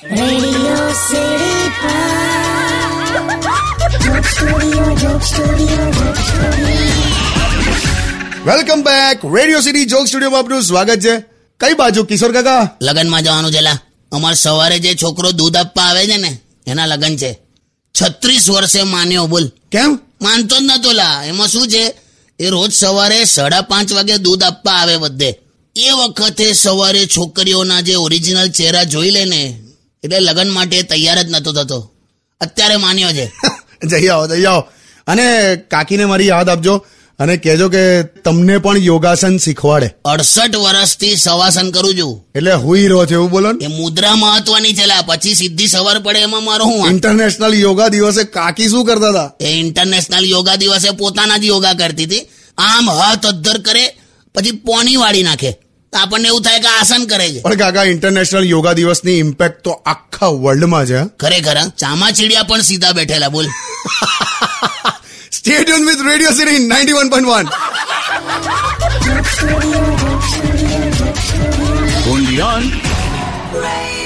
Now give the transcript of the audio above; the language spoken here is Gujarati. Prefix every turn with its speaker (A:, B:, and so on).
A: Radio City Pod. Joke Studio, Joke Studio, Joke Studio.
B: Welcome back radio city joke studio આપનું સ્વાગત છે કઈ બાજુ કિશોર કાકા
C: લગનમાં જવાનું છે લા અમાર સવારે જે છોકરો દૂધ આપવા આવે છે ને એના લગન છે છત્રીસ વર્ષે માન્યો બોલ
B: કેમ
C: માનતો જ નતો લા એમાં શું છે એ રોજ સવારે સાડા પાંચ વાગે દૂધ આપવા આવે બધે એ વખતે સવારે છોકરીઓના જે ઓરિજિનલ ચહેરા જોઈ લે ને એટલે લગન માટે તૈયાર જ નતો થતો અત્યારે માન્યો છે
B: જઈ આવો જઈ આવો અને કાકીને મારી યાદ આપજો અને કહેજો કે તમને પણ યોગાસન શીખવાડે
C: અડસઠ વર્ષથી સવાસન કરું છું
B: એટલે હુઈ રહ્યો છે એવું બોલો ને
C: એ મુદ્રા મહત્વની છે લા પછી સીધી સવાર પડે એમાં મારો હું વાંક?
B: ઇન્ટરનેશનલ યોગા દિવસે કાકી શું કરતા હતા
C: એ ઇન્ટરનેશનલ યોગા દિવસે પોતાના જ યોગા કરતી હતી આમ હાથ અદ્ધર કરે પછી પોની વાળી નાખે તો આપણને એવું થાય કે આસન કરે છે
B: પણ કાકા ઇન્ટરનેશનલ યોગા દિવસની ઇમ્પેક્ટ તો આખા વર્લ્ડમાં છે
C: ખરેખર હા? ચામાચીડિયા પણ સીધા બેઠેલા બોલ
B: state with radio city ninety one point one
D: only on
A: Radio